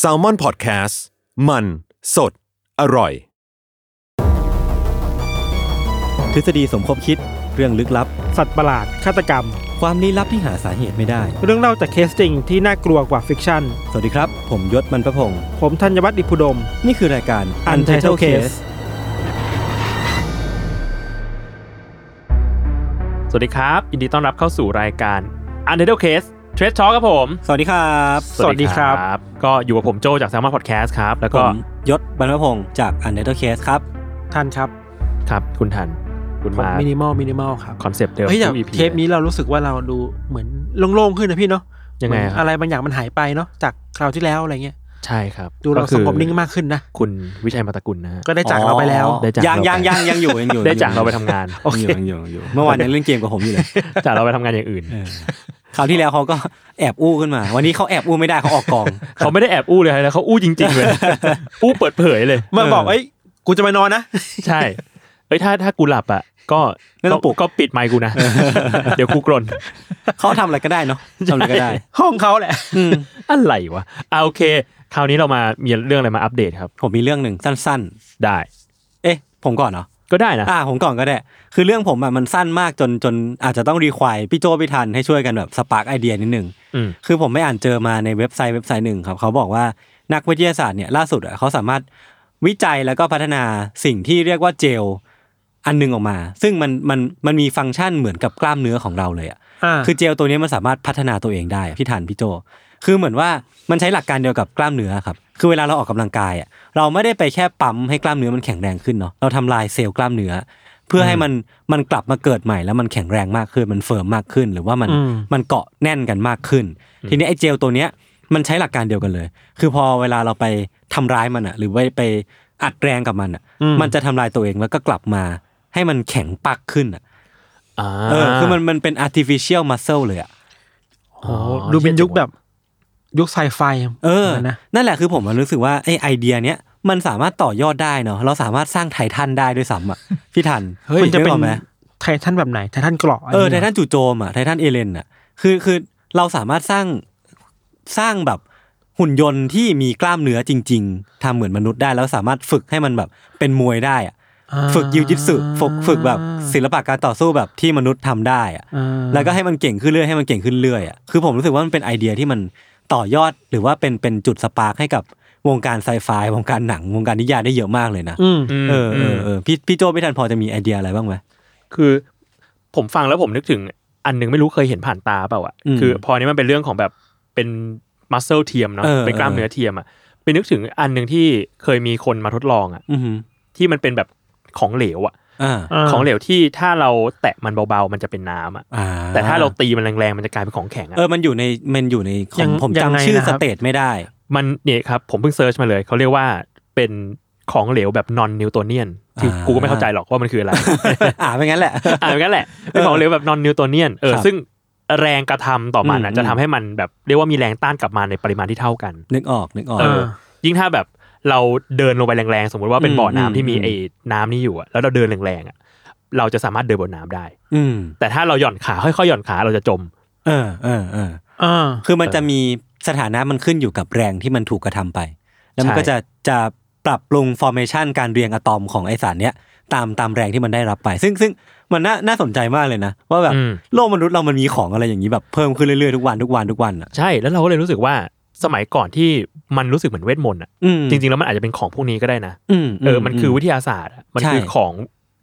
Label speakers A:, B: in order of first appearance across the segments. A: s a l ม o n PODCAST มันสดอร่อย
B: ทฤษฎีสมคบคิดเรื่องลึกลับ
C: สัตว์ประหลาด ฆาตกรรม
B: ความลี้ลับที่หาสาเหตุไม่ได้
C: เรื่องเล่าจากเคสจริงที่น่ากลัวกว่าฟิกชั่น
B: สวัสดีครับ ผมยศมันประพงศ์
C: ผมธัญวัฒน์อิพุดม
B: นี่คือรายการ Untitled Case
D: สวัสดีครับ ยินดีต้อนรับเข้าสู่รายการ u n t i t l e Case Trade Talk ครับผม
B: สวัสดีครับ
C: สวัสดีครับ
D: ก็อยู่กับผมโจจาก s ซ l m o n Podcast ครับ แล้ว
B: ผ
D: ก็
B: มยศมันประพงศ์จาก Untitled Case ครับ
C: ท่านครับ
D: ครับคุณทัน คุณ
C: ผม
D: มา
C: มินิมอลมินิมอลครับ
D: คอนเซปต์เดิม
C: เฮ้ยแต่
D: ทุก EP
C: เทปนี้เรารู้สึกว่าเราดูเหมือนโล่งๆขึ้นนะพี่เนาะ
D: ยังไง
C: เหมือน
D: ครับ
C: อะไรบางอย่างมันหายไปเนาะจากคราวที่แล้วอะไรเงี้ย
D: ใช่ครับ
C: ดูเรา
D: ก็คือ
C: สังคมนิ่งมากขึ้นนะ
D: คุณวิชัยมาตกุลนะฮะ
C: ก็ได้จากเราไปแล้ว
B: อ๋อ
D: ได้จาก
B: ยัง
D: เราไป
B: ยังยังยังอยู่ยังอยู่
D: ได้
B: ยังอยู่
D: จากเราไปทำงาน
C: โอเค
B: ยังอยู่ยังอยู่เมื่อวานยังเล่นเกมกับผม อยู่เลย
D: จากเราไปทำงานอย่างอื่น
B: เออคราวที่แล้วเขาก็แอบอู้ขึ้นมา วันนี้เขาแอบอู้ไม่ได้เขาออก กอง
D: เขาไม่ได้แอบอู้เลยนะเขาอู้จริงๆเลย อู้เปิดเผยเลย
C: มาบอกเอ้ยกูจะไปนอนนะ
D: ใช่ เอ้ยถ้าถ้ากูหลับอ่ะก็
B: ไม่ต้องปลุก
D: ก็ปิดไมค์กูนะ เดี๋ยวกูกรน
B: เขาทำอะไรก็ได้เนาะทำอะไรก็ได้
C: ห้องเขาแหละ
B: อืม
D: อะไรวะอ่าโอเค คราวนี้เรามามีเรื่องอะไรมาอัปเดตครับ
B: ผมมีเรื่องหนึ่งสั้น
D: ได้
B: ๆ เอ๊ะ ผมก่อนเนาะ
D: ก็ได้นะ
B: อ่าผมก่อนก็ได้ คือเรื่องผมอ่ะมันสั้นมากจนจนอาจจะต้องรีควายพี่โจพี่ทันให้ช่วยกันแบบสปาร์กไอเดียนิดนึง
D: อืม
B: คือผมไม่อ่านเจอมาในเว็บไซต์เว็บไซต์หนึ่งครับ เขาบอกว่านักวิทยาศาสตร์เนี่ยล่าสุดอ่ะเขาสามารถวิจัยแล้วก็พัฒนาสิ่งที่เรียกว่าเจลอันหนึงออกมา ซึ่งมันมันมันมีฟังก์ชันเหมือนกับกล้ามเนื้อของเราเลยอ่ะ
C: อ่า
B: คือเจลตัวนี้มันสามารถพัฒนาตัวเองได้อะพี่ทันพี่โจ คือเหมือนว่ามันใช้หลักการเดียวกับกล้ามเนื้อครับ คือเวลาเราออกกำลังกายอ่ะ เราไม่ได้ไปแค่ปั๊มให้กล้ามเนื้อมันแข็งแรงขึ้นเนาะ เราทำลายเซลล์กล้ามเนื้อ เพื่อให้มันมันกลับมาเกิดใหม่แล้วมันแข็งแรงมากขึ้น มันเฟิร์มมากขึ้น หรือว่ามัน
C: อืม
B: มันเกาะแน่นกันมากขึ้น ทีนี้ไอ้เจลตัวเนี้ยมันใช้หลักการเดียวกันเลย คือพอเวลาเราไปทำร้ายมันอ่ะ หรือว่าไปอัดแรงกับมันอ่ะ
C: อืม
B: มันจะทำลายตัวเองแล้วก็กลับมาให้มันแข็งปักขึ้นอ่ะ
D: อ่า
B: เออ คือมันมันเป็น artificial muscle เลยอ่ะ
C: โอ้โหดูเป็นยุคแบบยุคไซไฟ
B: เออ
C: หมืนนะ
B: นั่นแหละคือผมอะรู้สึกว่าไอไอเดียเนี้ยมันสามารถต่อยอดได้เนาะ เราสามารถสร้างไททันได้ด้วยซ้ำอ่ะ พี่ทัน
C: เฮ้ย
B: คุ
C: มั
B: ณ
C: นจะเป็น
B: กออกไหม
C: ไททันแบบไหนไททันเกราะ
B: เออ ไททันจู่โจมอ่ะ ไททันเอเลนอ่ะ คือคือเราสามารถสร้างสร้างแบบหุ่นยนต์ที่มีกล้ามเนื้อจริง ๆทำเหมือนมนุษย์ได้ แล้วสามารถฝึกให้มันแบบเป็นมวยได้อะ
C: อ่า
B: ฝึกยิวจิตสึฝึกฝึกแบบศิลปะการต่อสู้แบบที่มนุษย์ทำได้อ่ะ
C: อ่า
B: แล้วก็ให้มันเก่งขึ้นเรื่อยให้มันเก่งขึ้นเรื่อยอ่ะคือผมรู้สึกว่ามันเป็นไอเดียที่มันต่อยอดหรือว่าเป็นเป็นจุดสปาร์คให้กับวงการไซไฟวงการหนังวงการนิยายได้เยอะมากเลยนะ
C: อืม
D: ม
B: เออเอ
D: ม
B: อเออพี่พี่โจพี่ทันพอจะมีไอเดียอะไรบ้างไหม
D: คือผมฟังแล้วผมนึกถึงอันหนึงไม่รู้เคยเห็นผ่านตาเปล่าอ่ะ
B: อืม
D: คือพอนี้มันเป็นเรื่องของแบบเป็นมัสเซลเทียมเนาะ
B: เออ
D: เป็นกล้ามเนื้อเทียมอ่ะ ไปนึกถึงอันหนึ่งที่เคยมีคนมาทดลองอ่ะ
B: อือหือ
D: ที่มันเป็นแบบของเหลวอ่ะ
B: อ่า
C: า
D: ของเหลวที่ถ้าเราแตะมันเบาๆ มันจะเป็นน้ำอ่ะ
B: อ่า
D: แต่ถ้าเราตีมันแรงๆ มันจะกลายเป็นของแข็งอ่ะ
B: เออมันอยู่ในมันอยู่ในข
C: ยั
B: อง
C: ง
B: ผม
C: ยังไง
B: จำชื่อ
C: นะค
B: ส
C: รับ
B: เตทไม่ได้
D: มันเนี่ยครับผมเพิ่งเซิร์ชมาเลยเขาเรียกว่าเป็นของเหลวแบบนอนนิวโตเนียนที่
B: อ่ากู
D: กูก็ไม่เข้าใจหรอกว่ามันคืออะไร
B: อ่าไม่งั้นแหละ
D: อ่านงั้นแหละเป็นของเหลวแบบนอนนิวโตเนียนเออ
B: ครับ
D: ซึ่งแรงกระทำต่อมันอะ
B: อืม
D: จะทำให้มันแบบเรียกว่ามีแรงต้านกลับมาในปริมาณที่เท่ากัน
B: นึกออกนึกออก
D: เออ
C: า
D: ยิ่งถ้าแบบเราเดินลงไปแรงๆ สมมติว่าเป็น
B: อืม
D: บ่อน้ำ
B: อืม
D: ที่มี
B: อืม
D: ไอ้น้ำนี่อยู่อะแล้วเราเดินแรงๆอะเราจะสามารถเดินบนน้ำได้
B: อืม
D: แต่ถ้าเราหย่อนขาค่อยๆหย่อนขาเราจะจม
B: เออเออเออ
C: อ่า
B: คือมันจะมีสถานะมันขึ้นอยู่กับแรงที่มันถูกกระทำไป แล้วมัน
D: ใช่
B: ก็จะจะปรับปรุง formation การเรียงอะตอมของไอสารเนี้ยตามตามแรงที่มันได้รับไป ซึ่งซึ่งมันน่าน่าสนใจมากเลยนะ ว่าแบบ
D: อืม
B: โลกมนุษย์เรามันมีของอะไรอย่างนี้แบบเพิ่มขึ้นเรื่อยๆทุกวันทุกวันทุกวันอ่ะ
D: ใช่แล้วเราก็เลยรู้สึกว่าสมัยก่อนที่มันรู้สึกเหมือนเวทมนต์อะ
B: อืม
D: จริงๆแล้วมันอาจจะเป็นของพวกนี้ก็ได้นะ
B: อืม
D: เออ มันคือวิทยาศาสตร์อะมัน
B: ใช่
D: คือของ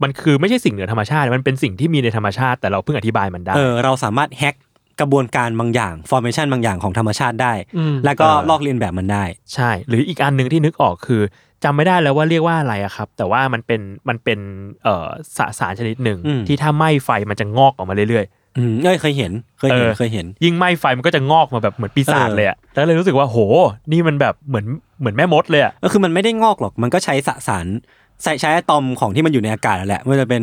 D: มันคือไม่ใช่สิ่งเหนือธรรมชาติ มันเป็นสิ่งที่มีในธรรมชาติ แต่เราเพิ่งอธิบายมันได้
B: เออเราสามารถแฮ็กกระบวนการบางอย่าง formation บางอย่างของธรรมชาติได้
C: อืม
B: แล้วก็
D: เออ
B: ลอกเลียนแบบมันได้
D: ใช่ หรืออีกอันหนึ่งที่นึกออกคือจำไม่ได้แล้วว่าเรียกว่าอะไรอะครับ แต่ว่ามันเป็น มันเป็น เอ่อสสารชนิดหนึ่ง
B: อืม
D: ที่ถ้าไหม้ไฟมันจะงอกออกมาเรื่อย
B: อืมเอ้ยเคยเห็นเคยเห็น
D: เออ
B: เคยเห็น
D: ๆ ยิ่งไหม้ไฟมันก็จะงอกมาแบบเหมือนปีศาจ
B: เออ
D: เลยอะแล้วเลยรู้สึกว่าโห นี่มันแบบเหมือน เหมือนแม่มดเลยอะ
B: ก็คือมันไม่ได้งอกหรอก มันก็ใช้สสารใช้ใช้อะตอมของที่มันอยู่ในอากาศนั่นแหละไม่ว่าจะเป็น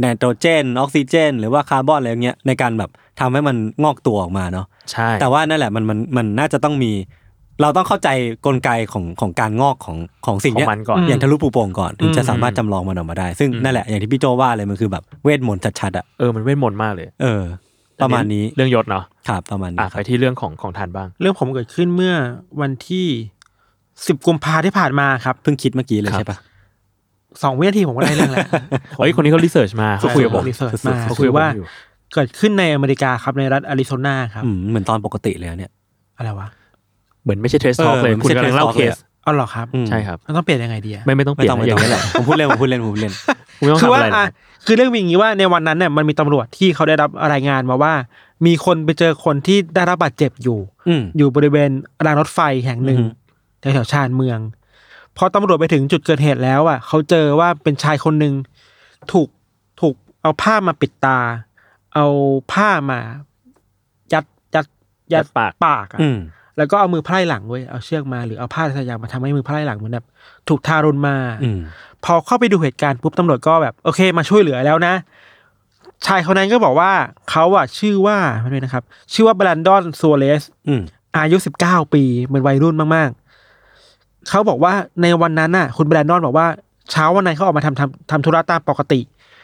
B: ไนโตรเจน ออกซิเจน หรือว่าคาร์บอนอะไรอย่างเงี้ยในการแบบทำให้มันงอกตัวออกมาเนาะ
D: ใช่
B: แต่ว่านั่นแหละมันมันมันน่าจะต้องมี เราต้องเข้าใจกลไกของของการงอกของของสิ่ง
D: ขอ
B: เนี้ย
D: งมันก่อน
B: อย่างทะลุปูโป่งก่อนถึงจะ
D: อืม
B: สามารถจำลองมันออกมาได้ ซึ่ง
D: อืม
B: นั่นแหละอย่างที่พี่โจว่าเลยมันคือแบบเวทมนต์ชัดๆอ่ะ
D: เออ มันเวทมนต์มากเลย
B: เออ ประมาณนี้
D: เรื่องยศเนาะ
B: ครับประมาณนี้
D: อ่ะ
B: ค
D: ไป
B: รับ
D: ที่เรื่องของของทานบ้าง
C: เรื่องผมเกิดขึ้นเมื่อวันที่สิบกุมภาที่ผ่านมาครับ
B: เพิ่งคิดเมื่อกี้เลยใช่ปะ
C: สองวินาทีผมก็ได้เรื่องแล้ว
D: เฮ้ย คนนี้เขารีเสิร์ชมาเขาคุยกับผม
C: รีเสิร์ชมา
D: เขาคุย
C: คือ
D: กับผม
C: ว่า
D: อยู่
C: เกิดขึ้นในอเมริกาครับในรัฐอาริโซนาครับ
B: อืมเหมือนตอนปกติเลยอะเนี่ย
C: อะไรวะ
D: เหมือนไม่ใช่เทสทอก
B: เออ
D: เลย
B: เหมือน
D: คุณกำลังเล่า
B: ไม่
D: เค
B: ใช่
D: ส
B: Trace
C: อ๋อเหรอครับ
B: อืม
D: ใช่ครับ
C: มันต้องเปลี่ยนยังไงดีอะ
D: ไม่ไม่ต้องเป
B: ไม่
D: ลี่ย
B: ต้อง
D: น
B: ไม่ต้อ
D: อ
B: ย่าง
D: ง
B: ไม่ต้
D: นี้แห
B: อง
D: ละ
B: ผมพูดเล่นผมพูดเล่นผมพูดเล่น
D: คุณไม่ต้อง
C: คือ
D: ทำ
C: ว่า
D: อะไร
C: อ่ะ
D: นะ
C: คือเรื่องมีอย่างนี้ว่าในวันนั้นเนี่ยมันมีตำรวจที่เขาได้รับรายงานมาว่า มีคนไปเจอคนที่ได้รับบาดเจ็บอยู่
B: อืม
C: อยู่บริเวณรางรถไฟแห่งหนึ่ง
B: อือฮึ
C: แถวๆชานเมือง พอตำรวจไปถึงจุดเกิดเหตุแล้วอ่ะเขาเจอว่าเป็นชายคนหนึ่งถูกถูกเอาผ้ามาปิดตา เอาผ้ามา ยัดยัดยัด
D: ปาก
C: ปากอ่ะ
B: อืม
C: แล้วก็เอามือไพร่หลังเว้ยเอาเชือกมาหรือเอาผ้าอะไรสักอย่างมาทำให้มือไพร่หลังเหมือนแบบถูกทารุณมา
B: อืม
C: พอเข้าไปดูเหตุการณ์ปุ๊บตำรวจก็แบบโอเคมาช่วยเหลือแล้วนะ ชายคนนั้นก็บอกว่าเขาอะชื่อว่าไม่เป็นไรนะครับ ชื่อว่าบรันดอนซัวเลส
B: อืม
C: อายุสิบเก้าปีเหมือนวัยรุ่นมากๆ เขาบอกว่าในวันนั้นน่ะ คุณแบรนดอนบอกว่าเช้าวันนั้นเขาออกมาทำทำทำธุระตามปกติ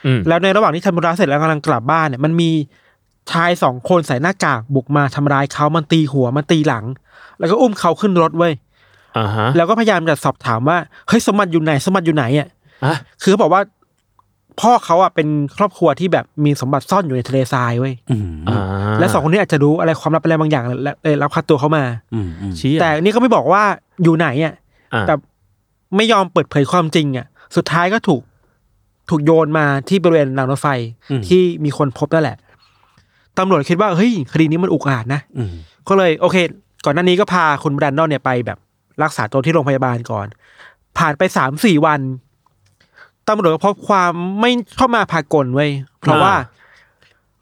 D: อืม
C: แล้วในระหว่างที่ทำธุระเสร็จแล้วกำลังกลับบ้านเนี่ยมันมีชายสองคนใส่หน้ากากบุกมาทำร้ายเขามันตีหัวมันตีหลัง แล้วก็อุ้มเขาขึ้นรถเว้ย
D: อ่าฮะ
C: แล้วก็พยายามจะสอบถามว่าเฮ้ยสมบัติอยู่ไหนสมบัติอยู่ไหนอ่ะ
D: อ่ะ
C: คือเขาบอกว่าพ่อเขาอ่ะเป็นครอบครัวที่แบบมีสมบัติซ่อนอยู่ในทะเลทรายเว้ย
B: อืม
D: อ่า
C: และสองคนนี้อาจจะรู้อะไรความลับอะไรบางอย่างและและและรับคัดตัวเขามา
B: อืมอืม
D: ชี้
C: แต่อันนี่ก็ไม่บอกว่าอยู่ไหนอ่ะ
D: อ่ะ
C: แต่ไม่ยอมเปิดเผยความจริงอ่ะ สุดท้ายก็ถูกถูกโยนมาที่บริเวณรางรถไฟที่มีคนพบนั่นแหละตำรวจคิดว่าเฮ้ยคดีนี้มันอุกอาจนะ
B: อืม
C: ก็เลยโอเค ก่อนหน้านี้ก็พาคุณแบรนดอนเนี่ยไปแบบรักษาตัวที่โรงพยาบาลก่อน ผ่านไปสามสี่วันตำรวจก็พบความไม่เข้ามาพากลไว้ยเพราะว่า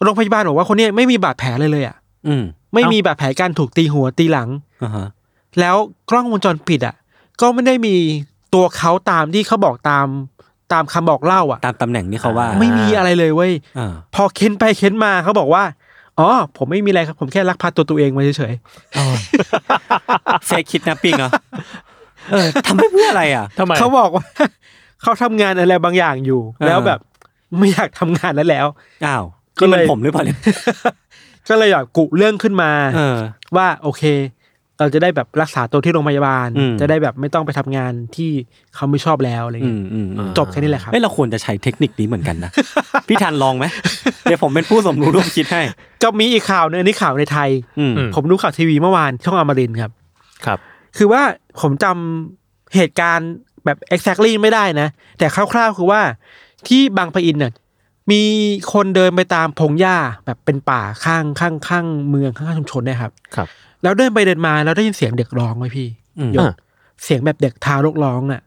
C: โรงพยาบาลบอกว่าคนเนี้ไม่มีบาดแผลเลยเลยอ่ะ
B: อืม
C: ไม่มีบาดแผลการถูกตีหัวตีหลัง
B: อ่าฮะ
C: แล้วกล้องวงจรปิดอ่ะ ก็ไม่ได้มีตัวเขาตามที่เขาบอกตามตามคำบอกเล่า อ่ะ
B: ตามตำแหน่งที่เขาว่า
C: ไม่มีอะไรเลยเว้ย
B: อ่า
C: พอเค้นไปเค้นมาเขาบอกว่า อ๋อ ผมไม่มีอะไรครับ ผมแค่ลักพาตัวตัวเองมาเฉย
B: เฟคคิดนะปิงเหรอ เออทำไปเพื่ออะไรอ่ะ
D: ทำไม
C: ๆเขาบอกว่า เขาทำงานอะไรบางอย่างอยู่
B: อ่า
C: แล้วแบบไม่อยากทำงานนั้นแล้ว
B: อ้าว
C: ก็เล
B: นี่
C: ย
B: มันผมหรือเปล่าเนี่ย
C: ก็เลยแบบกุเรื่องขึ้นมา
B: เออ
C: ว่าโอเค เราจะได้แบบรักษาตัวที่โรงพยาบาล
B: อืม
C: จะได้แบบไม่ต้องไปทำงานที่เขาไม่ชอบแล้วอะไร
B: อื
C: เงี้
B: ม
C: ย
B: อืมอืม
C: จบแค่นี้แหละครับ
B: เฮ้ยเราควรจะใช้เทคนิคนี้เหมือนกันนะพี่ทันลองไหมเดี๋ยวผมเป็นผู้สมรู้ร่วมคิดให้
C: ก็มีอีกข่าวหนึงอันนี้ข่าวในไทย
B: อืม
C: ผมดูข่าวทีวีเมื่อวานช่องอมรินทร์ครับ
D: ครับ
C: คือว่าผมจำเหตุการณ์แบบ exactly ไม่ได้นะ แต่คร่าวๆคือว่าที่บางปะอินเนี่ยมีคนเดินไปตามพงหญ้าแบบเป็นป่าข้างข้างข้างเมืองข้างๆชุมชนเนะครับ
D: ครับ
C: แล้วเดินไปเดินมาแล้วได้ยินเสียงเด็กร้องไว้ยพี่
B: อืม
D: อ่ะ
C: เสียงแบบเด็กทารกร้องอ่ะ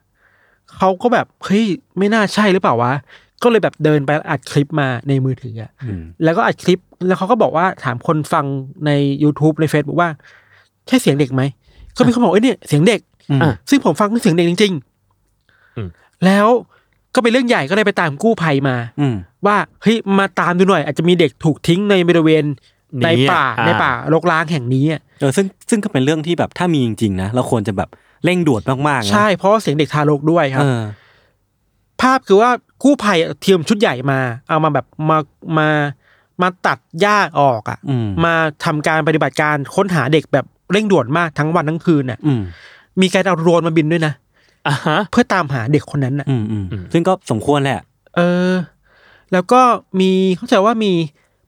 C: เขาก็แบบเฮ้ยไม่น่าใช่หรือเปล่าวะ ก็เลยแบบเดินไปอัดคลิปมาในมือถืออ่ะ
B: อืม
C: แล้วก็อัดคลิปแล้วเขาก็บอกว่าถามคนฟังใน YouTube ใน Facebook ว่า ใช่เสียงเด็กไหม ก็มีคนบอกเอ้ยเนี่ยเสียงเด็ก
B: อืม
D: อ่ะ
C: ซึ่งผมฟังเสียงเด็กจริง
D: อืม
C: ๆ แล้วก็เป็นเรื่องใหญ่ก็เลยไปตามกู้ภัยมา
B: อืม
C: ว่าเฮ้ยมาตามดูหน่อย อาจจะมีเด็กถูกทิ้งในบริเวณใน
D: อ่ะ
C: ป่า
D: อ่ะ
C: ในป่ารกร้างแห่งนี้อะ
B: เออซึ่งซึ่งก็เป็นเรื่องที่แบบถ้ามีจริงๆนะเราควรจะแบบเร่งด่วนมากๆนะ
C: ใช่เพราะว่าเสียงเด็กทารกด้วยครับ
B: เออ
C: ภาพคือว่ากู้ภัยเอาเทียมชุดใหญ่มา เอามาแบบมามามาตัดหญ้าออกอ่ะ
B: อืม
C: มาทำการปฏิบัติการค้นหาเด็กแบบเร่งด่วนมากทั้งวันทั้งคืนน่ะ
B: อืม
C: มีการเอาโดรนมาบินด้วยนะ
D: อ่ะฮะ
C: เพื่อตามหาเด็กคนนั้นน่ะ
B: อืมอืมซึ่งก็สมควรแหละ
C: เออ แล้วก็มีเข้าใจว่ามี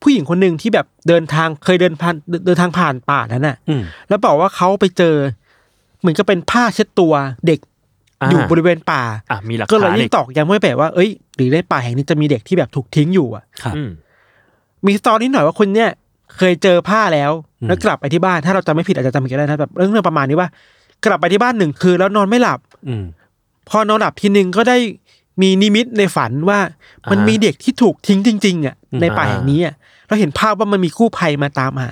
C: ผู้หญิงคนหนึ่งที่แบบเดินทางเคยเดินผ่านเดินเดินทางผ่านป่านั้นน่ะ
B: อืม
C: แล้วบอกว่าเขาไปเจอ เหมือนก็เป็นผ้าเช็ดตัวเด็ก
D: อ่า
C: อยู่บริเวณป่า
D: อ่ะมีหลัก
C: ก็เลย
D: ฐาน
C: ยิ่
D: อี
C: งตอกย้ำว่าแบบว่าเอ้ยหรือในป่าแห่งนี้จะมีเด็กที่แบบถูกทิ้งอยู่อ่ะ
B: ครับ
D: อืม
C: มีสตอรี่หน่อยว่าคนเนี่ยเคยเจอผ้าแล้ว
B: อืม
C: แล้วกลับไปที่บ้านถ้าเราจำไม่ผิดอาจจะจำผิดก็ได้นะแบบเรื่องเรื่องประมาณนี้ว่า กลับไปที่บ้านหนึ่งคืนแล้วนอนไม่หลับ
B: อืม
C: พอนอนหลับทีหนึ่งก็ได้มีนิมิตในฝันว่ามันมีเด็กที่ถูกทิ้งจริงๆอ่ะในป่าแห่งนี้อ่ะเราเห็นภาพว่ามันมีกู้ภัยมาตามหา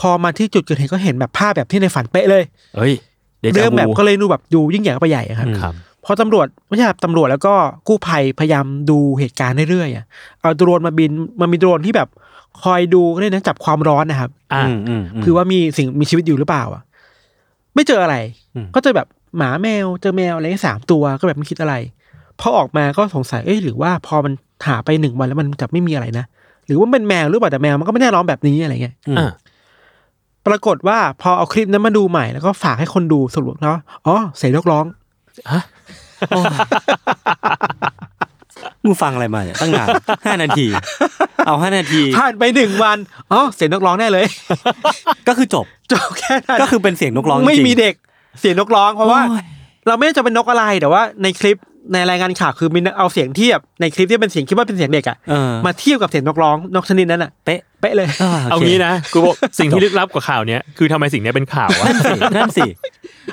C: พอมาที่จุดเกิดเหตุก็เห็นแบบภาพแบบที่ในฝันเป๊ะเลย
D: เอ้ยเดจา
C: เรื่องแบบ
D: วู
C: ก็เลยดูแบบดูยิ่งใหญ่เข้าไปใหญ่อะครับ
D: ครับ
C: พอตำรวจไม่ใช่ครับตำรวจแล้วก็กู้ภัยพยายามดูเหตุการณ์เรื่อยๆอะเอาโดรนมาบินมันมีโดรนที่แบบคอยดูก็ได้นะจับความร้อนนะครับ
D: อ่ะ
B: อืมอืมม
C: คือว่ามีสิ่งมีชีวิตอยู่หรือเปล่าอ่ะ ไม่เจออะไร
B: อืม
C: ก็เจอแบบหมาแมวเจอแมวอะไรอย่างเงี้ยสามตัวก็แบบไม่คิดอะไรพอออกมาก็สงสัยเอ้ยหรือว่าพอมันหาไปหนึ่งวันแล้วมันจะไม่มีอะไรนะ หรือว่าเป็นแมวหรือเปล่าแต่แมวมันก็ไม่ได้ร้องแบบนี้อะไรเงี้ย
B: อืม
D: อ่า
C: ปรากฏว่าพอเอาคลิปนั้นมาดูใหม่แล้วก็ฝากให้คนดูสรุปแล้วว่าอ๋อเสียงนกร้อง
B: โอ้ย มึงฟังอะไรมาเนี่ยตั้ง นานห้านาที เอาห้านาที
C: ผ่านไปหนึ่งวันอ๋อเสียงนกร้องแน่เลย
B: ก็คือจบ
C: จบแค่นั้น
B: ก็คือเป็นเสียงนกร้องจริงๆ
C: ไม่มีเด็กเสียงนกร้องเพราะว่า
B: โอ้ย
C: เราไม่ได้จะเป็นนกอะไรแต่ว่าในคลิปในรายงานข่าวคือมีเอาเสียงเทียบในคลิปที่เป็นเสียงคิดว่าเป็นเสียงเด็กอะ
B: เออ
C: มาเทียบกับเสียงนกร้องนกชนิดนั้นอะ
B: เป๊ะ
C: เป๊ะเลย
D: เอางี้นะกูบอกสิ่งที่ลึกลับกว่าข่าวเนี้ยคือทำไมสิ่งเนี้ยเป็นข่าววะ
B: นั่นสินั่นสิ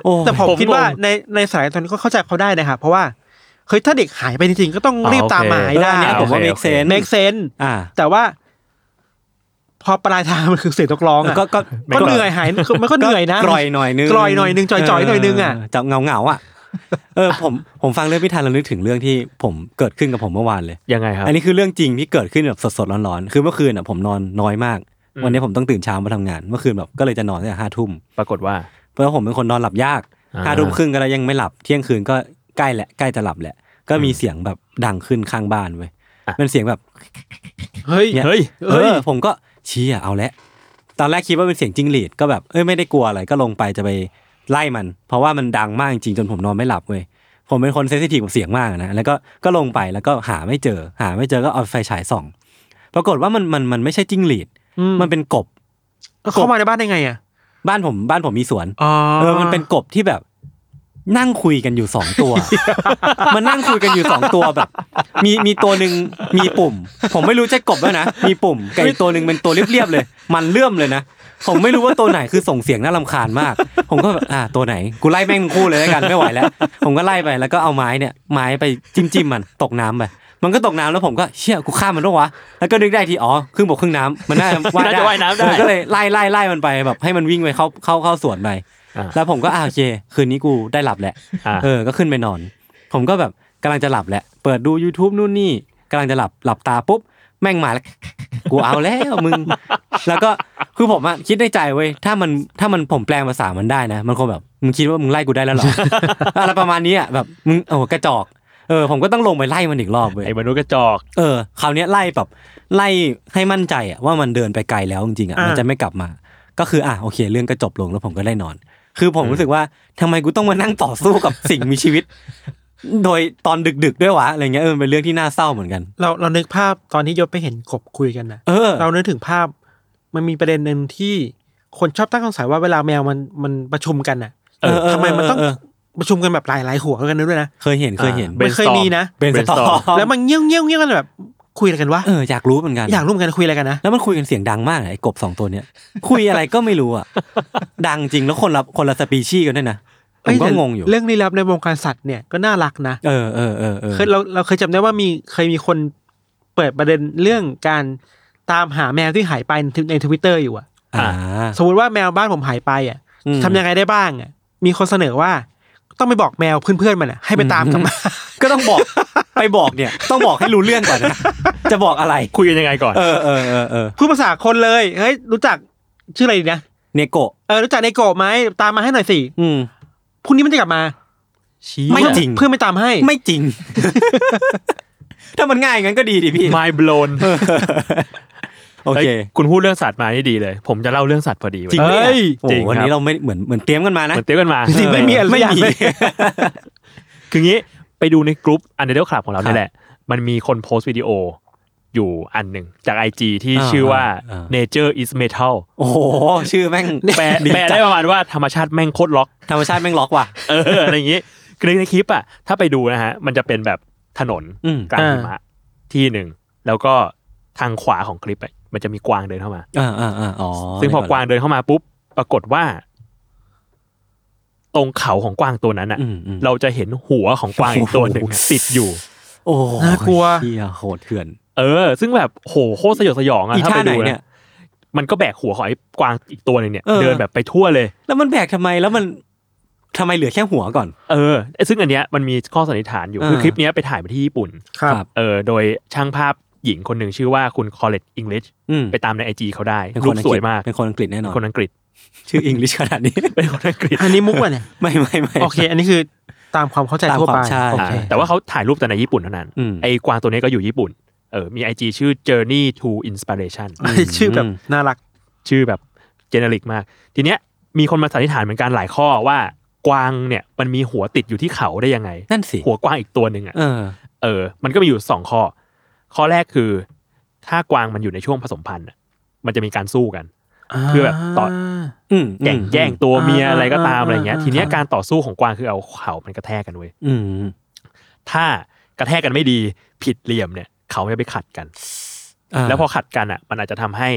B: โอ้ย
C: แต่ผม
D: ผม
C: คิดว่า
D: ผม
C: ในในสายตอนนี้ก็เข้าใจเขาได้นะครับเพราะว่าเฮ้ยถ้าเด็กหายไปจริงๆก็ต้อง
D: อ๋อ
C: รีบ
D: โอเค
C: ตามหมาย
B: เออ
C: ได้
B: อันเนี้ยผมว่า
D: โอ
B: make
D: เค
B: sense
C: เมกเซน
B: อ่า
C: แต่ว่า พอปลายทางมันคือเสียงนกร้องอะ
B: ก็ก็
C: ก็เหนื่อยหายคือมันก็เหนื่อยนะ
B: กรอยหน่อยนึง
C: กรอยหน่อยนึงจ่อยๆหน่อยนึงอะ
B: จับเงาเงาๆอ่ะ เออ ผมผมฟังเรื่องพิธานแล้วนึกถึงเรื่องที่ผมเกิดขึ้นกับผมเมื่อวานเลย
D: ยังไงครับ
B: อันนี้คือเรื่องจริงที่เกิดขึ้นแบบสดๆร้อนๆ คือเมื่อคืนอ่ะผมนอนน้อยมาก วันนี้ผมต้องตื่นเช้ามาทำงาน เมื่อคืนแบบก็เลยจะนอนตั้งแต่ห้าทุ่ม
D: ปรากฏว่า
B: เพราะว่าผมเป็นคนนอนหลับยาก
D: อ่า
B: ห้าทุ่มครึ่งก็แล้วยังไม่หลับ เที่ยงคืนก็ใกล้แหละใกล้จะหลับแหละ ก็มีเสียงแบบดังขึ้นข้างบ้านเว้ยเป็นเสียงแบบ
C: เฮ้ย
B: เนี่ย
D: เฮ้ย
B: เออผมก็เชี้เอาและ ตอนแรกคิดว่าเป็นเสียงจิ้งหรีดก็แบบเอ้ยไม่ได้กลัวอะไรก็ลงไปจะไปไล่มัน เพราะว่ามันดังมากจริงๆจนผมนอนไม่หลับเว้ยผมเป็นคนเซนซิทีฟกับเสียงมากนะแล้วก็ก็ลงไปแล้วก็หาไม่เจอ หาไม่เจอก็เอาไฟฉายส่อง ปรากฏว่ามันมันมันไม่ใช่จิ้งหรีด
C: อืม
B: มันเป็นกบ
C: เข้ามาในบ้านได้ไงอะ
B: บ้านผมบ้านผมมีสวน
C: อ๋อ
B: เออ มันเป็นกบที่แบบ นั่งคุยกันอยู่สองตัว มันนั่งคุยกันอยู่สองตัวแบบ มีมีตัวหนึ่งมีปุ่ม ผมไม่รู้ใช่กบแล้วยนะ มีปุ่มกับอีกตัวหนึ่งเป็นตัวเรียบๆเลย มันเลื่อมเลยนะ ผมไม่รู้ว่าตัวไหนคือส่งเสียงน่ารำคาญมาก ผมก็แบบอ่าตัวไหน กูไล่แม่งทั้งคู่เลยแล้วกันไม่ไหวแล้ว ผมก็ไล่ไปแล้วก็เอาไม้เนี่ยไม้ไปจิ้มจิ้มๆมันตกน้ำไป มันก็ตกน้ำแล้วผมก็เชี่ยกูฆ่ามันด้วยวะ แล้วก็นึกได้ทีอ๋อครึ่งบกครึ่งน้ำมัน น่าจะว่าย
D: น่า
B: ได้
D: จะว่ายน้ำได้
B: ผมก็เลยไล่ไล่ไล่มันไปแบบให้มันวิ่งไปเข้าเข้าเข้าสวนไป
D: อ่ะ
B: แล้วผมก็อ่าโอเค คืนนี้กูได้หลับแหละ
D: อ่ะ
B: เออ ก็ขึ้นไปนอน ผมก็แบบกำลังจะหลับแหละ เปิดดู YouTube นู่นนี่กำลังจะหลับหลับตาปุ๊บ แม่งมาแล้ว กูเอาแล้วมึง แล้วก็คือผมอะคิดในใจเว้ยถ้ามันถ้ามันผมแปลงภาษามันได้นะ มันคงแบบมึงคิดว่ามึงไล่กูได้แล้วเหรอ อะไรประมาณนี้อะแบบมึงโอ้กระจอกเออผมก็ต้องลงไปไล่มันอีกรอบเว้ย
D: ไอ้มนุษย์กระจอก
B: เออคราวเนี้ยไล่แบบไล่ให้มั่นใจอะว่ามันเดินไปไกลแล้วจริงๆอะ
C: อ่ามั
B: มันจะไม่กลับมา ก็คืออ่ะโอเค เรื่องก็จบลงแล้วผมก็ได้นอน คือผมรู้สึกว่าทำไมกูต้องมานั่งต่อสู้กับ สิ่งมีชีวิต โดยตอนดึกๆด้วยวะอะไรเงี้ยเออมันเป็นเรื่องที่น่าเศร้าเหมือนกัน
C: เราเรานึกภาพตอนที่ยศไปเห็นกบคุยกันนะ
B: เออ
C: เรานึกถึงภาพมันมีประเด็นหนึ่งที่คนชอบตั้งข้อสงสัยว่าเวลาแมวมันมันประชุมกันน่ะ
B: เออเออ
C: ทำไมมันต้อง
B: เออเออ
C: ประชุมกันแบบหลายหลายหัวกันด้วยนะ
B: เคยเห็นเคยเห็น
D: อ่า
C: มันเคย
D: Brainstorm
C: มีนะ
B: เป็นสตอ
D: brainstorm
B: แล้
C: แล้ว วมันเงี้ยวเงี้ยวเงี้ยวกันแบบคุยอะไรกันวะ
B: เอออยากรู้เหมือนกัน
C: อยากร่วมอนกันคุยอะไรกันนะ
B: แล้วมันคุยกันเสียงดังมากเลยไอ้กบสองตัวเนี้ย คุยอะไรก็ไม่รู้อ่ะ ดังจริงแล้วคนละคนละสปีชีส์กันด้วยนะผมก็
C: เอ้ยแต่
B: งงอยู่
C: เรื่องลี้ลับในวงการสัตว์เนี่ยก็น่ารักนะ
B: เออเออเออเออ
C: เคยเราเราเคยจำได้ว่ามีเคยมีคนเปิดประเด็นเรื่องการตามหาแมวที่หายไปในทวิตเตอร์อยู่อะ
B: อ่า
C: สมมติว่าแมวบ้านผมหายไปอะ
B: อืม
C: ทำยังไงได้บ้างอ่ะ มีคนเสนอว่า ต้องไปบอกแมวเพื่อนๆมันอ่ะให้ไปตามกลันมา
B: ก็ต้องบอก ไปบอกเนี่ย ต้องบอกให้รู้เรื่องก่อน นะ จะบอกอะไร
D: คุยกันยังไงก่อน
B: เออเออเออเออ
C: พูดภาษาคนเลย เฮ้ย รู้จักชื่ออะไรดีนะ
B: เนโกะ
C: เออ รู้จักในโกะไหมตามมาให้หน่อยสิ
B: อืม
C: พรุ่งนี้มันจะกลับมา
B: ไม่จริง
C: เพื่อนไม่ตามให้
B: ไม่จริง ถ้ามันง่ายงั้นก็ดีดิพี่
D: mind blown
B: โอเค
D: ฮ้ยคุณพูดเรื่องสัตว์มานี่ดีเลย ผมจะเล่าเรื่องสัตว์พอดีเว้ย
C: จริง
B: เฮ้ย
D: จ
B: โอ้
D: ริง
B: วัน
D: ครั
B: นี้
D: บ
B: เราไม่เหมือนเหมือนเตรียมกันมานะ
D: เหมือนเตี้ยกันมา
C: จริงๆไม่มีอะไร
B: ไม่
C: อย่าง
B: มี
C: เลย
D: คืองี้ไปดูในกลุ่มอันเดอร์คลับของเราเนี่ยแหละ มันมีคนโพสต์วิดีโออยู่อันหนึ่งจาก IG ที่
B: อ่า
D: ชื่อว่า
B: อ่า
D: nature is metal
B: โอ้โห ชื่อแม่ง
D: แปล
B: ดี
D: แปลได้ประมาณว่าธรรมชาติแม่งโคตรล็อก
B: ธรรมชาติแม่งล็อกว่ะ
D: เอออะไรอย่างงี้คือในคลิปอ่ะถ้าไปดูนะฮะ มันจะเป็นแบบถนน
B: อืม
D: กลาง
C: อ่า
D: หิมะที่หนึ่ง แล้วก็ทางขวาของคลิปอะมันจะมีกวางเดินเข้ามา
B: อ่าอ่าอ่าอ๋อ
D: ซึ่งพอกวางเดินเข้ามาปุ๊บ ปรากฏว่า ตรงเขาของกวางตัวนั้นอ่ะ
B: อืมอืม
D: เราจะเห็นหัวของกวางอีกตัวหนึ่งอะ
B: โอ้โห
D: ติดอยู่
B: โอ้โห
C: น่ากลัว
B: เฮียโหดเถื่อน
D: เออ ซึ่งแบบโหโคตรสยดสยองอ่ะ
B: อี
D: ถ้า
B: ท่า
D: ไป
B: ไหน
D: ดู
B: เนี่ย
D: นะมันก็แบกหัวของไอ้กวางอีกตัวหนึ่งเนี่ย
B: เออ
D: เดินแบบไปทั่วเลย
B: แล้วมันแบกทำไมแล้วมันทำไมเหลือแค่หัวก่อน
D: เออซึ่งอันเนี้ยมันมีข้อสันนิษฐานอยู่
B: เออ
D: คือคลิปเนี้ยไปถ่ายไปที่ญี่ปุ่น
C: ครับ
B: ครับ
D: เออโดยช่างภาพหญิงคนหนึ่งชื่อว่าคุณคอเลตอิงลิช
B: อืม
D: ไปตามในไอจีเขาได้
B: เป็นค
D: รู
B: น
D: ป
B: อัง
D: ส
B: กฤ
D: วย
B: ษ
D: มาก
B: เป็นคนอังกฤษแน่นอน
D: คนอังกฤษ
B: ชื่ออังกฤษขนาดนี้
D: เป็นคนอังกฤษ
C: อันนี้มุกว่ะเนี่ย
B: ไม่ไม่ไม่
C: โอเค อันนี้คือตามความเข้าใจ
B: ตาม
C: ทั่ว
B: ควา
C: ไป
B: มใช่
C: โอ
D: อ่า
C: เค
D: แต่ว่าเขาถ่ายรูปแต่ในญี่ปุ่นเท่านั้น
B: อืม
D: ไอกวางตัวนี้ก็อยู่ญี่ปุ่น เออมี IG ชื่อ Journey to Inspiration
C: ชื่อแบบน่ารัก
D: ชื่อแบบเจเนริกมาก ทีเนี้ยมีคนมาสันนิษฐานเหมือนกันหลายข้อว่ากวางเนี่ยมันมีหัวติดอยู่ที่เขาได้ยังไง
B: นั่นสิ
D: หัวกวางอีกตัวหนึ่งอ่ะ
B: เออ
D: เออมันก็มีอยู่สองข้อ ข้อแรกคือ ถ้ากวางมันอยู่ในช่วงผสมพันธุ์อะมันจะมีการสู้กัน คือแบบต่อ
B: อืม
D: แย่งแย่งตัวเมีย
C: อ่า
D: อะไรก็ตามอะไรเงี้ย
C: อ่า
D: ทีเนี้ยการต่อสู้ของกวางคือเอาเขามันกระแทกกันเว้ย
B: อืม
D: ถ้ากระแทกกันไม่ดีผิดเหลี่ยมเนี่ย เขาจะไปขัดกัน
B: า
D: แล้วพอขัดกันอ่ะ มันอาจจะทำให้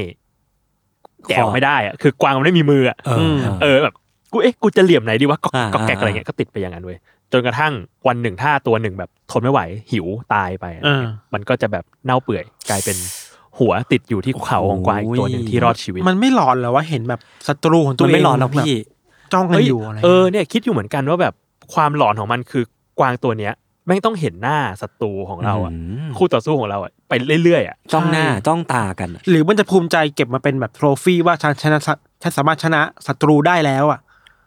B: คอ
D: แกะออกไม่ได้อ่ะคือกวางมันไม่มีมืออ่ะ
B: เออ
C: ม
B: เออ
D: เออแบบกูเอ๊ะกูจะเหลี่ยมไหนดีวะก็
B: อ่า
D: ก็แกะอะไร
B: อ่า
D: เงี้ยก็ติดไปอย่างนั้นเว้ยจนกระทั่งวันหนึ่งถ้าตัวหนึ่งแบบทนไม่ไหวหิวตายไปอะไรเงี้ย
C: อ่ามั
D: มันก็จะแบบเน่าเปื่อยกลายเป็นหัวติดอยู่ที่เขาของกวางอีกตัวหนึ่งที่รอดชีวิต
C: มันไม่หลอนเหรอว่าเห็นแบบศัตรูของตั
B: มั
C: วน เอง
B: ไม่หลอนหรอกพี่
C: แจ้องกัน
D: เอ้ย
C: อยู่อะไร
D: เออเนี่ยคิดอยู่เหมือนกันว่าแบบความหลอนของมันคือกวางตัวเนี้ยแม่งต้องเห็นหน้าศัตรูของเราอ่ะ
B: อืม
D: คู่ต่อสู้ของเราอ่ะไปเรื่อยๆอ่ะ
B: จ้องหน้าจ้องตากันอะ
C: หรือมันจะภูมิใจเก็บมาเป็นแบบโทรฟี่ว่าฉันชนะฉันสามารถชนะศัตรูได้แล้วอ่ะ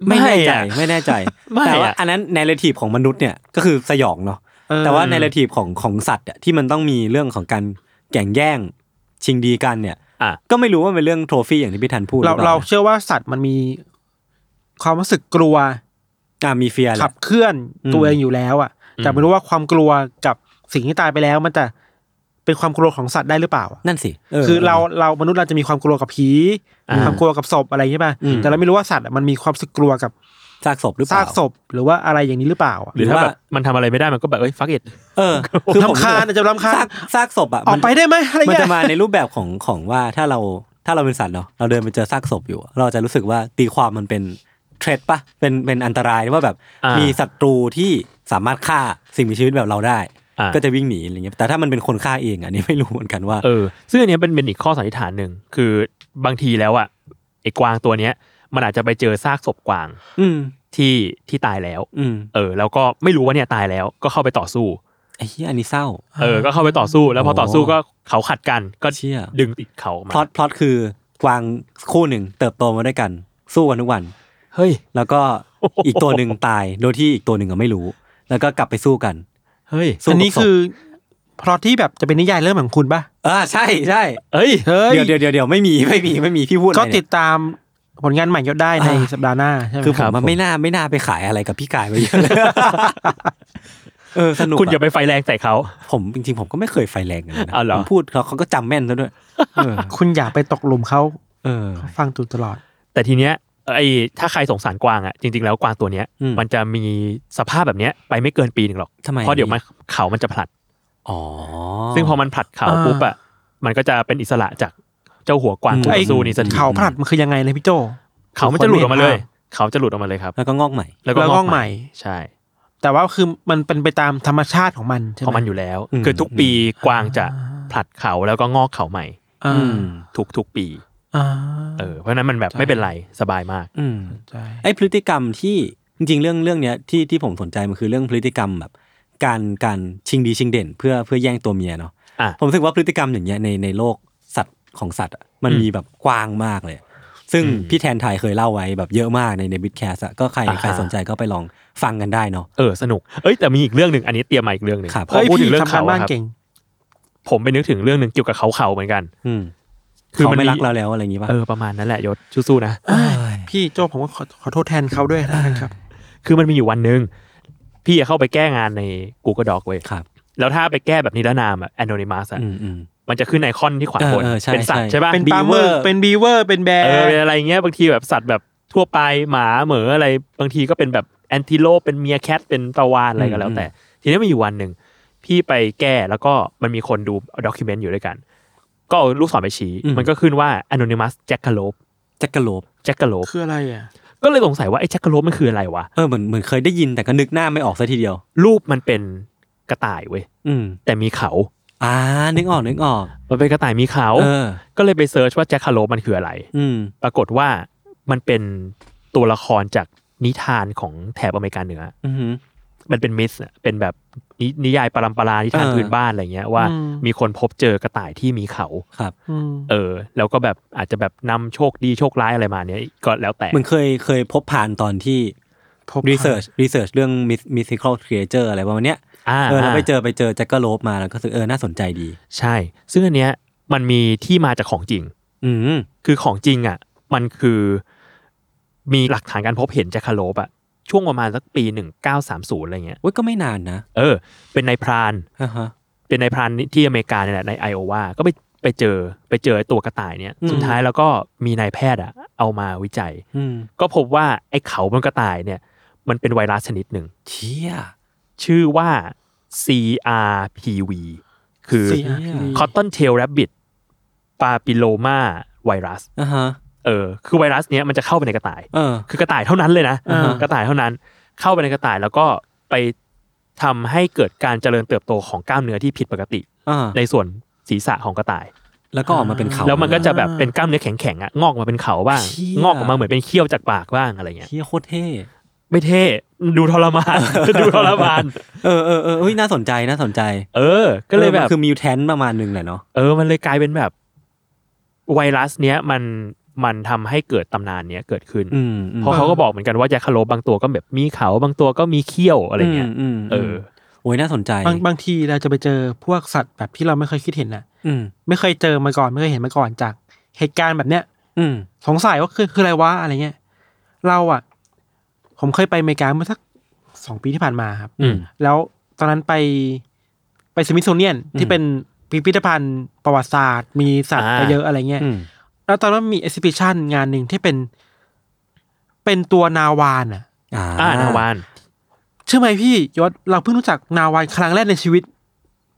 B: ไม่แน่ใจ
D: อะ
B: ไม่แน่ใจ
D: ไม่อะ
B: แต่ว่าอันนั้นในเรทีฟของมนุษย์เนี่ยก็คือสยองเนาะ
C: เออ
B: แต่ว่าในเรทีฟของของสัตว์อะที่มันต้องมีเรื่องของการแข่งแย่งชิงดีกันเนี่ย
D: อ่ะ
B: ก็ไม่รู้ว่ามันเป็นเรื่องโทรฟี่อย่างที่พี่ทันพูด
C: เรา
B: หอปล่
C: เรา
B: นะ
C: เชื่อว่าสัตว์มันมีความรู้สึกกลัว
B: อ่ะมีเฟียร์แห
C: ขั
B: ละ
C: บเคลื่อน
B: อืม
C: ตัวเองอยู่แล้วอ่ะ แต่ไม่รู้ว่าความกลัวกับสิ่งที่ตายไปแล้ว มันจะเป็นความกลัวของสัตว์ได้หรือเปล่าอะ
B: นั่นสิ
C: คือเราเรามนุษย์เราจะมีความกลัวกับผี
D: อ่า
C: มีความกลัวกับศพอะไรใช่ป่ะ
B: อืม
C: แต่เราไม่รู้ว่าสัตว์อะมันมีความรู้สึกกลัวกับ
B: ซากศพหรือเปล่า
C: ซากศพหรือว่าอะไรอย่างนี้หรือเปล่าอะ
D: หรือ
B: หรื
D: ถ้า
B: อว่า
D: แบบมันทำอะไรไม่ได้มันก็แบบเอ้ยฟักเอ็ด
B: เออคือผม
C: รำคาญอะจะรำคา
B: ซา
C: ญ
B: กซากศพอ่ะ
C: ออ
B: มั
C: ก
B: น
C: ไปได้ไหมอะไร
B: มัน
C: เงี้
B: จะ
C: ย
B: มาในรูปแบบของของว่าถ้าเราถ้าเราเป็นสัตว์เนาะเราเดินไปเจอซากศพอยู่ เราจะรู้สึกว่าตีความมันเป็นเทรดปะเป็นเป็นอันตรายว่าแบบ
D: อ่ามี
B: มีศัตรูที่สามารถฆ่าสิ่งมีชีวิตแบบเราได้
D: อ่า
B: ก็จะวิ่งหนีอะไรเงี้ยแต่ถ้ามันเป็นคนฆ่าเองอันนี้ไม่รู้เหมือนกันว่า
D: เออซึ่งอันเนี้ยเป็นเป็นอีกข้อสันนิษฐานหนึ่งคือบางทีแล้วอ่ะไอ้กวางตัวเนี้ย มันอาจจะไปเจอซากศพกวาง
B: อืม
D: ที่ที่ตายแล้ว
B: อืม
D: เออแล้วก็ไม่รู้ว่าเนี่ยตายแล้วก็เข้าไปต่อสู้
B: ไอ้เหี้ยอันนี้เศร้า
D: เออก็เข้าไปต่อสู้แล้วพอต่อสู้ก็เขาขัดกันก็
B: เชี่ย
D: ดึงติดเขาออก
B: พ
D: มา
B: ล็อตพล็อตคือกวางคู่หนึ่งเติบโตมาด้วยกัน สู้กันทุกวัน
D: เฮ้ย
B: แล้วก็อีกตัวหนึ่งตายโดยที่อีกตัวหนึ่งก็ไม่รู้ แล้วก็กลับไปสู้กัน
D: เฮ้ย
B: สู้
C: อัน
B: กับ
C: นี้
B: ศพ
C: คือพล็อตที่แบบจะเป็นนิยายเรื่องของคุณป่ะ
B: อ่าใช่ใช่
D: เฮ้ย
C: เฮ้ย
B: เดี๋ยวเดี๋ยวเดี๋ยวเดี๋ยวไม่มี ไม่มีไม่มีพี่พูดอะไร
C: ก็
B: เนี่ย
C: ติดตามผลงานใหม่ยศได้ใน
B: อ่า
C: สัปดาห์หน้าใช่ไหม
B: คือผ
D: ครั
B: ม
D: บ
B: มัน
D: ผม
B: ไม่น่าไม่น่าไปขายอะไรกับพี่กายไปเยอะเลย เออสนุก
D: คุณอย่า
B: อะ
D: ไปไฟแรงใส่เขา
B: ผมจริงๆ ผมก็ไม่เคยไฟแรงเลยนะ
D: อ้าวเหรอ
B: ผมพูดเขาเขาก็จำแม่นซะด้วย เออ
C: คุณอย่าไปตกหลุมเขา
B: เออ
C: เขาฟังตูตลอด
D: แต่ทีเนี้ยไอ้ถ้าใครสงสารกวางอ่ะจริงๆแล้วกวางตัวเนี้ย
B: อืม
D: มันจะมีสภาพแบบเนี้ยไปไม่เกินปีหนึ่งหรอก
B: ทำไม
D: เพราะเดี๋ยวมันเขามันจะผลัด
B: อ๋อ
D: ซึ่งพอมันผลัดเขา
C: อ่า
D: ปุ๊บอ่ะมันก็จะเป็นอิสระจากเจ้าหัวกวางคู่ต่อสู้นี่สักที
C: เขาผลัดมันคือยังไงเลยพี่โจ
D: เขามันจะหลุดออกมาเลย เขาจะหลุดออกมาเลยครับ
B: แล้วก็งอกใหม่
D: แล้วก็
C: แล้วงอกใหม่
D: ใช่
C: แต่ว่าคือมันเป็นไปตามธรรมชาติของมันใช่ไห
D: ของมันอยู่แล้ว
B: อืม
D: คือทุกปีกวางจะผลัดเขาแล้วก็งอกเขาใหม่
C: อ่า
B: อืม
D: ทุกทุกปี
C: อ่า
D: เออเพราะฉะนั้นมันแบบไม่เป็นไรสบายมาก
B: อืม
C: ใช่
B: ไอพฤติกรรมที่จริงๆ เรื่องเรื่องเนี้ยที่ที่ผมสนใจมันคือเรื่องพฤติกรรมแบบ การการชิงดีชิงเด่น เพื่อเพื่อแย่งตัวเมียเนาะ
D: อ่ะ
B: ผมรู้สึกว่าพฤติกรรมอย่างเงี้ยในในโลกสัตว์ของสัตว์อะมัน
D: อืม
B: มีแบบกว้างมากเลย ซึ่ง
D: อืม
B: พี่แทนไทยเคยเล่าไว้แบบเยอะมากในในบิทแคสอะก็ใคร
D: อ่าฮะ
B: ใครสนใจก็ไปลองฟังกันได้เนาะ
D: เออสนุกเอ้ยแต่มีอีกเรื่องหนึ่งอันนี้เตรียมมาอีกเรื่องหนึ่ง
B: ครับ
D: พอพูดถึงเรื่อง
C: พี่
D: เขา
C: ทำกบ้า
D: อะ
C: น
D: ครับ
C: เก่ง
D: ผมไปนึกถึงเรื่องหนึ่งเกี่ยวกับเขาเขาเหมือนกัน
B: อืม
D: คือ
B: เขา
D: มันมี
B: ไม่รักเราแล้วอะไรอย่างงี้ป่ะ
D: เออประมาณนั้นแหละยศสู้ๆนะ
B: เอ้ย
C: พี่โจผมก็ขอขอโทษแทนเขาด้วยนะครับ
D: คือมันมีอยู่วันหนึ่งพี่อะเข้าไปแก้งานใน Google Doc เว้ย
B: ครับ
D: แล้วถ้าไปแก้แบบนิรนามอะ anonymous อะ
B: อืมอืม
D: มันจะขึ้นไอคอนที่ขวาบน
B: เออเออใช่
D: เป็นสัตว์
B: ใช่
D: ใช่ป่ะ
C: เป็น
B: บี
C: ปลา
B: เว
C: เม
B: อ
C: อ
B: ร์
C: ร์เป็นบีเวอร์ เป็นแบ
D: เออ
C: ร์
D: เป็นอะไรเงี้ยบางทีแบบสัตว์แบบทั่วไปหมาเหมืออะไรบางทีก็เป็นแบบแอนติโลปเป็นเมียแคทเป็นปลาวานอะไรก็แล้วแต่ ทีนี้มีอยู่วันหนึ่งพี่ไปแก้แล้วก็มันมีคนดูด็อกิเมนต์อยู่ด้วยกัน ก็เอาลูกศรไปชี้
B: อืม
D: มันก็ขึ้นว่า anonymous jackalope
B: แจ็คกะโหลบ
D: jackalope
C: คืออะไรอ่ะ
D: ก็เลยสงสัยว่าไอ้ jackalope มันคืออะไรวะ
B: เออเหมือนเหมือนเคยได้ยินแต่ก็นึกหน้าไม่ออกซะทีเดียว
D: รูปมันเป็นกระต่ายเว้ย
B: อืม
D: แต่มีเขา
B: อ่านึกออกนึกออก
D: มันเป็นกระต่ายมีเขา
B: เออ
D: ก็เลยไปเซิร์ชว่าแจ็คคาโลมันคืออะไร
B: อืม
D: ปรากฏว่ามันเป็นตัวละครจากนิทานของแถบอเมริกาเหนือ
B: อือหือ
D: มันเป็นมิสอะเป็นแบบนินิยายปรัมปรานิทาน
B: เออ
D: พื้นบ้านอะไรเงี้ยว่า
C: อืม
D: มีคนพบเจอกระต่ายที่มีเขา
B: ครับ
C: อืม
D: เออ แล้วก็แบบอาจจะแบบนำโชคดีโชคร้ายอะไรมาเนี้ยก็แล้วแต่
B: เหมือนเคยเคยพบผ่านตอนที่
C: พบ
B: research research เรื่อง myth- mythical creature อะไรประมาณเนี้ย
D: อ่า
B: เออเราไปเจอไปเจอแจ็คเกอร์โลบมาแล้วก็รู้สึกเออน่าสนใจดี
D: ใช่ ซึ่งอันเนี้ยมันมีที่มาจากของจริง
B: อืม
D: คือของจริงอ่ะ มันคือมีหลักฐานการพบเห็นแจ็คคาโลปอ่ะช่วงประมาณสักปี 1930อะไรเงี้ย
B: เว้ยก็ไม่นานนะ
D: เออ เป็นนายพราน
B: อ่าฮะ
D: เป็นนายพรานที่อเมริกาเนี่ยแหละในไอโอวาก็ไปไปเจอไปเจอไอ้ตัวกระต่ายเนี่ย
B: อืม
D: สุดท้ายแล้วก็มีนายแพทย์อ่ะ เอามาวิจัย
B: อืม
D: ก็พบว่าไอ้เขาบนกระต่ายเนี่ย มันเป็นไวรัสชนิดหนึ่ง
B: เชี่ย
D: ชื่อว่า CRPV คือ
C: เสีย
D: Cotton Tail Rabbit Papilloma Virus
B: อ่าฮะ
D: เออ คือไวรัสเนี้ยมันจะเข้าไปในกระต่าย
B: เออ
D: คือกระต่ายเท่านั้นเลยนะ
C: อ่าก
D: ระต่ายเท่านั้น เข้าไปในกระต่ายแล้วก็ไปทำให้เกิดการเจริญเติบโตของกล้ามเนื้อที่ผิดปกติ
B: อ่า
D: ในส่วนศีรษะของกระต่าย
B: แล้วก็ออกมาเป็นเขา
D: แล้วมันก็จะแบบเป็นกล้ามเนื้อแข็งๆอ่ะงอกออกมาเป็นเขาบ้าง
B: เชี่ย
D: งอกออกมาเหมือนเป็นเขี้ยวจากปากบ้างอะไรเงี้ย
B: เชี่ยโคตรเท่
D: ไม่เท่ ดูทร มาน ดูทรมาน
B: เออเออเออเฮ้ยน่าสนใจน่าสนใจ
D: เออ ก็เลย
B: ออ
D: แบ
B: มัน
D: บ
B: คือมิวแทนประมาณหนึงแหละเนาะ
D: เออ มันเลยกลายเป็นแบบไวรัสเนี้ยมันมันทำให้เกิดตำนานเนี้ยเกิดขึ้น
B: อืมอืม
D: เพราะเขาก็บอกเหมือนกันว่ายาคาโลบบางตัวก็แบบมีเขาบางตัวก็มีเขี้ยวอะไรเงี้ย
B: อืม
D: เออ
B: โอ้ยน่าสนใจ
C: บางบางทีเราจะไปเจอพวกสัตว์แบบที่เราไม่เคยคิดเห็นน่ะ
B: อืม
C: ไม่เคยเจอมาก่อนไม่เคยเห็นมาก่อนจากเหตุการณ์แบบเนี้ย
B: อืม
C: สงสัยว่าคือคืออะไรวะอะไรเงี้ย เราอ่ะ ผมเคยไปอเมริกาเมื่อสักสองปีที่ผ่านมาครับ
D: อืม
C: แล้วตอนนั้นไปไปสมิธโซเนียนที่เป็นพิพิธภัณฑ์ประวัติศาสตร์ มีสัตว์
D: อ่า
C: เยอะอะไรเงี้ย
B: อืม
C: แล้วตอนนั้นมี e อ h i b i t i o n งานหนึ่งที่เป็น เป็นตัวนาวานอ่ะ
B: อ่า
D: อ่านาวาน
C: เชื่อไหมพี่ยศเราเพิ่งรู้จักนาวานครั้งแรกในชีวิต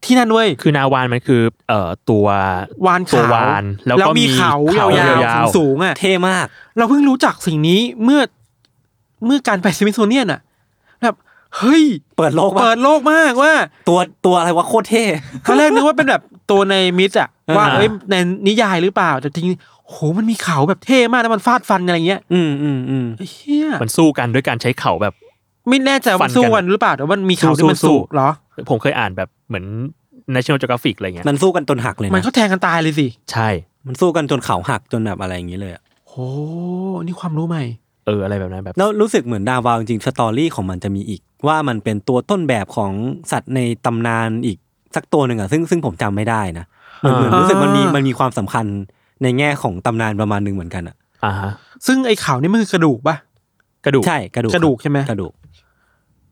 C: ที่นั่นเว้ย
D: คือนาวานมันคือเอ่อตัว
C: วาน
D: ตัว
C: ขาว
D: วานแล้วก็
C: มี
D: มี
C: เขาย
D: เขายาย
C: าว ว
D: ๆ
C: ๆสูงๆอ่ะ
B: เท่มาก
C: เราเพิ่งรู้จักสิ่งนี้เมื่อเมื่อการไปสมิธโซเนียนอะแบบเฮ้ย
B: เปิดโลก
C: เปิ
B: ว่า
C: ดโลกมากว่า
B: ตัวตัวอะไรวะโคตรเท่
C: ตอนแรกนึกว่าเป็นแบบตัวในมิสอะว่า
D: อ่า
C: เอ้ยในนิยายหรือเปล่าแต่จริงโหมันมีเขาแบบเท่มากแล้วมันฟาดฟันอะไรเงี้ย
B: อืมอืมอืม
C: เฮีย
D: มันสู้กันด้วยการใช้เข่าแบบ
C: ไม่แน่ใจว่ามัน
D: ฟันกัน
C: สู้กันหรือเปล่าแต่ว่ามันมีเขา
D: สู้
C: ที่มัน
D: สู้
C: สู้
D: สู้
C: เหรอ
D: ผมเคยอ่านแบบเหมือน National Geographic อะไรเงี้ย
B: มันสู้กันจนหักเลยนะ
C: มันก็แทงกันตายเลยสิ
D: ใช่
B: มันสู้กันจนเขาหักจนแบบอะไรอย่างนี้เลยอะ
C: โหนี่ความรู้ใหม่
D: เอออะไรแบบนั้นแบบ
B: แล้วรู้สึกเหมือนดาวาวจริงๆสตอรี่ของมันจะมีอีก ว่ามันเป็นตัวต้นแบบของสัตว์ในตำนานอีกสักตัวหนึ่งอะซึ่งซึ่งผมจำไม่ได้นะเหมือนเหมือน
C: อ่ารู้
B: รู้สึกมันมีมันมีความสำคัญในแง่ของตำนานประมาณหนึงเหมือนกันอะ
D: อ่าฮะ
C: ซึ่งไอ้เขานี่มันคือกระดูกปะ
D: กระดูก
B: ใช่กระดูก
C: กระดูกใช่ไหม
B: กระดูก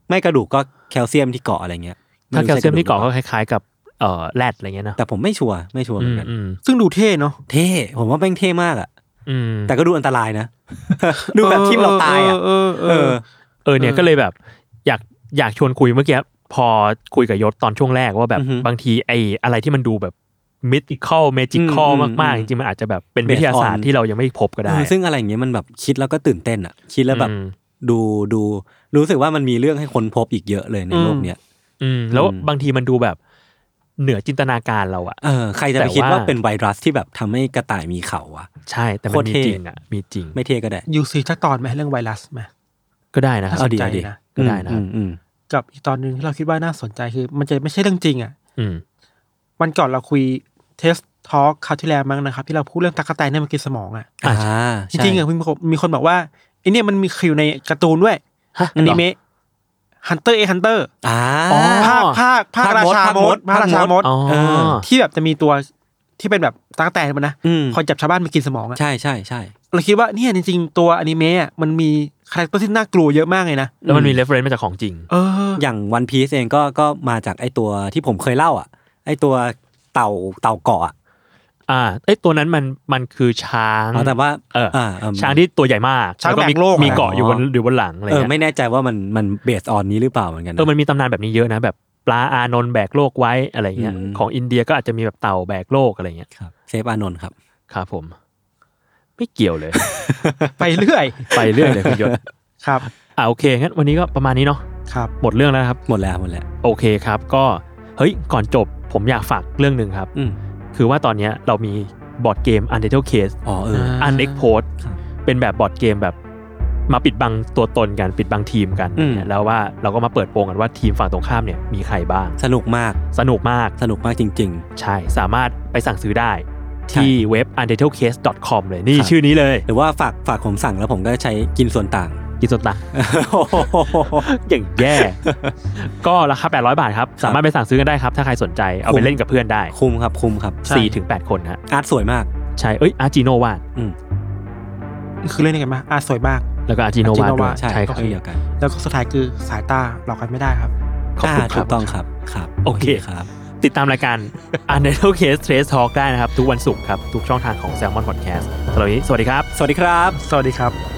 B: ไม่กระดูกก็แคลเซียมที่เกาะอะไรเงี้ย
D: ถ้าแคลเซียมที่เกาะก็
B: ไใช่ระดู
D: คล้ายๆกับเอ่อแรดอะไรเงี้ย
B: ก
D: นะ
B: แต่ผมไม่ชัวร์ไม่ชัวร์เห
D: อื
B: มือ
D: ม
B: นกัน
D: อืม
C: ซึ่งดูเท่เนาะ
B: เท่ผมว่าแม่งเท่มากอะ
D: อืม
B: แต่ก็ดูอันตรายนะ ดูแบบทิ่มเราตายอะ
C: เออเออ
B: เอ
C: เออ
B: อ
D: เออเนี่ย
C: เออ
D: ก็เลยแบบอยากอยากชวนคุยเมื่อกี้พอคุยกับยศตอนช่วงแรกว่าแบบ
B: อือฮึ
D: บางทีไออะไรที่มันดูแบบมิติคอลเมจิคอล
B: อืมอืม
D: มากๆ
B: อื
D: จ
B: ม
D: ริงๆ มันอาจจะแบบเป็น
B: Based
D: วิทยาศาสตร์
B: on
D: ที่เรายังไม่พบก็ได้
B: เออซึ่งอะไรอย่างเงี้ยมันแบบคิดแล้วก็ตื่นเต้นอะคิดแล้วแบบ
D: อืม
B: ดูดูรู้สึกว่ามันมีเรื่องให้คนพบอีกเยอะเลยใน
C: อืม
B: โลกเนี้ย
D: อืมแล้ว
B: อืม
D: บางทีมันดูแบบเหนือจินตนาการเราอะ
B: เออใครจะไป
D: แต่
B: คิดว่า
D: ว่า
B: เป็นไวรัสที่แบบทำให้กระต่ายมีเขาอะ
D: ใช่แต่มั
B: โคน ตร
D: มี
B: เท่
D: จริงอะมีจริง
B: ไม่เท่ก็ได้
C: ยูซีสักตอนไหมเรื่องไวรัสไหม
D: ก็ได้นะครับ
B: เอาดี
C: น่า
B: เอา
C: สนใจ
B: ดี
C: นะ
D: ก็ได้นะ
B: อืมอืม
C: กับอีกตอนหนึ่งที่เราคิดว่าน่าสนใจคือ มันจะไม่ใช่เรื่องจริงอ่ะ
D: อืม
C: วันก่อนเราคุยเทสทอล์กคราวที่แล้วมั้งนะครับ ที่เราพูดเรื่องตะกะแตนในมันกินสมองอ่ะ
B: อ่า
C: จริงๆ
B: ใช่
C: อ่ะมีคนมีคนบอกว่าไอเนี่ยมันมีคิวในการ์ตูนด้วย
D: ฮะ
C: อนิเมะฮันเตอร์เอฮันเตอร์
B: อ่า
C: ภาคภาคภาค
B: ภาค
C: ราชาม ม
B: ด
C: ดภาคราชามด
D: อ๋อ
B: เออ
C: ที่แบบจะมีตัวที่เป็นแบบตะกะแตนมันนะ
B: อืม
C: คอยจับชาวบ้านมากินสมองอ่ะ
B: ใช่ใช่ใช่
C: เราคิดว่าเนี่ยจริงๆตัวอนิเมะอ่ะมันมีคาแรคเตอร์ที่น่ากลัวเยอะมากเลยนะ
D: แล้วมันมีเรฟเฟรนซ์มาจากของจริง
C: เออ
B: อย่างวันพีซเองก็ก็มาจากไอตัวที่ผมเคยเล่าอ่ะ ไอตัวเต่าเต่าเกาะอะ
D: อ่าไอยตัวนั้นมันมันคือช้าง
B: เอาแต่ว่า
D: เออ
B: เออ
D: ช้างที่ตัวใหญ่มาก
C: ช้าง
D: วมี
C: แบกโลกอะ
D: มีเกาะอยู่บนหรือยู่บนหลังอะไร
B: เออ
D: เงี้ย
B: ไม่แน่ใจว่ามันมันเบสออนนี้หรือเปล่าเหมือนกันนะ
D: เออ มันมีตำนานแบบนี้เยอะนะ แบบปลาอานนท์แบกโลกไว้อะไรเงี้ย
B: อืม
D: ของอินเดียก็อาจจะมีแบบเต่าแบกโลกอะไรเงี้ย
B: ครับเซฟอานนท์ครับ
D: ครับผม ไม่เกี่ยวเลย
C: ไปเรื่อย
D: ไปเรื่อยเลยคุณยศ
C: ครับ
D: อ่าโอเค งั้นวันนี้ก็ประมาณนี้เนาะ
C: ครับ
D: หมดเรื่องแล้วนะครับ
B: หมดแล้วหมดแล้ว
D: โอเคครับ ก็ เฮ้ย ก่อนจบผมอยากฝากเรื่องหนึ่งครับ
B: อืม
D: คือว่าตอนเนี้ยเรามีบอร์ดเกม u n d e r t a l e Case
B: อ๋อเออ
D: u n e x p o s t
B: ครับ
D: เป็นแบบบอร์ดเกมแบบมาปิดบังตัวตนกัน ปิดบังทีมกัน
B: อืม
D: เนี่ยแล้วว่าเราก็มาเปิดโปงกันว่าทีมฝั่งตรงข้ามเนี่ยมีใครบ้าง
B: สนุกมาก
D: สนุกมาก
B: สนุกมากจริง ๆ
D: ใช่ สามารถไปสั่งซื้อได้ที่เว็บ u n d e r t a l e case com เลย นี่
B: ครับ
D: ชื่อนี้เลย
B: หรือว่าฝากฝากผมสั่งแล้วผมก็ใช้กินส่วนต่าง
D: กินสดตัก อย่างแย่ ก็ราคา 800 บาทครับ
B: ครับ
D: สามารถไปสั่งซื้อกันได้ครับ ถ้าใครสนใจ เอาไปเล่นกับเพื่อนได้
B: คุ้มครับคุ้มครับ
D: 4ี่ถึงแปดคนฮะ
B: อาร์ตสวยมาก
D: ใช่ เอ้ย อาร์จิโนวาด
C: คือเล่นยังไงมาอาสวยมาก
D: แล้วก็อาร์จิโนวาดด้วย
C: Ajinowatt
B: ใช่
D: ใช่
B: ค
D: ค
B: รั
D: รั
B: บบ เดียวกัน
C: แล้วก็สุดท้ายคือสายตาหลอกกันไม่ได้ครับ
D: ขอบคุณ
B: า
D: ครั
B: ถู
D: บ
B: กต้องครับครับ
D: โอเค
B: ครับ
D: ติดตามรายการ u n d e r t a l e Case Trace Talk ได้นะครับ ทุกวันศุกร์ครับ ทุกช่องทางของ Salmon Podcast สำหรับวันนี้สวัสดีครับ
B: สวัสดีครับ
C: สวัสดีครับ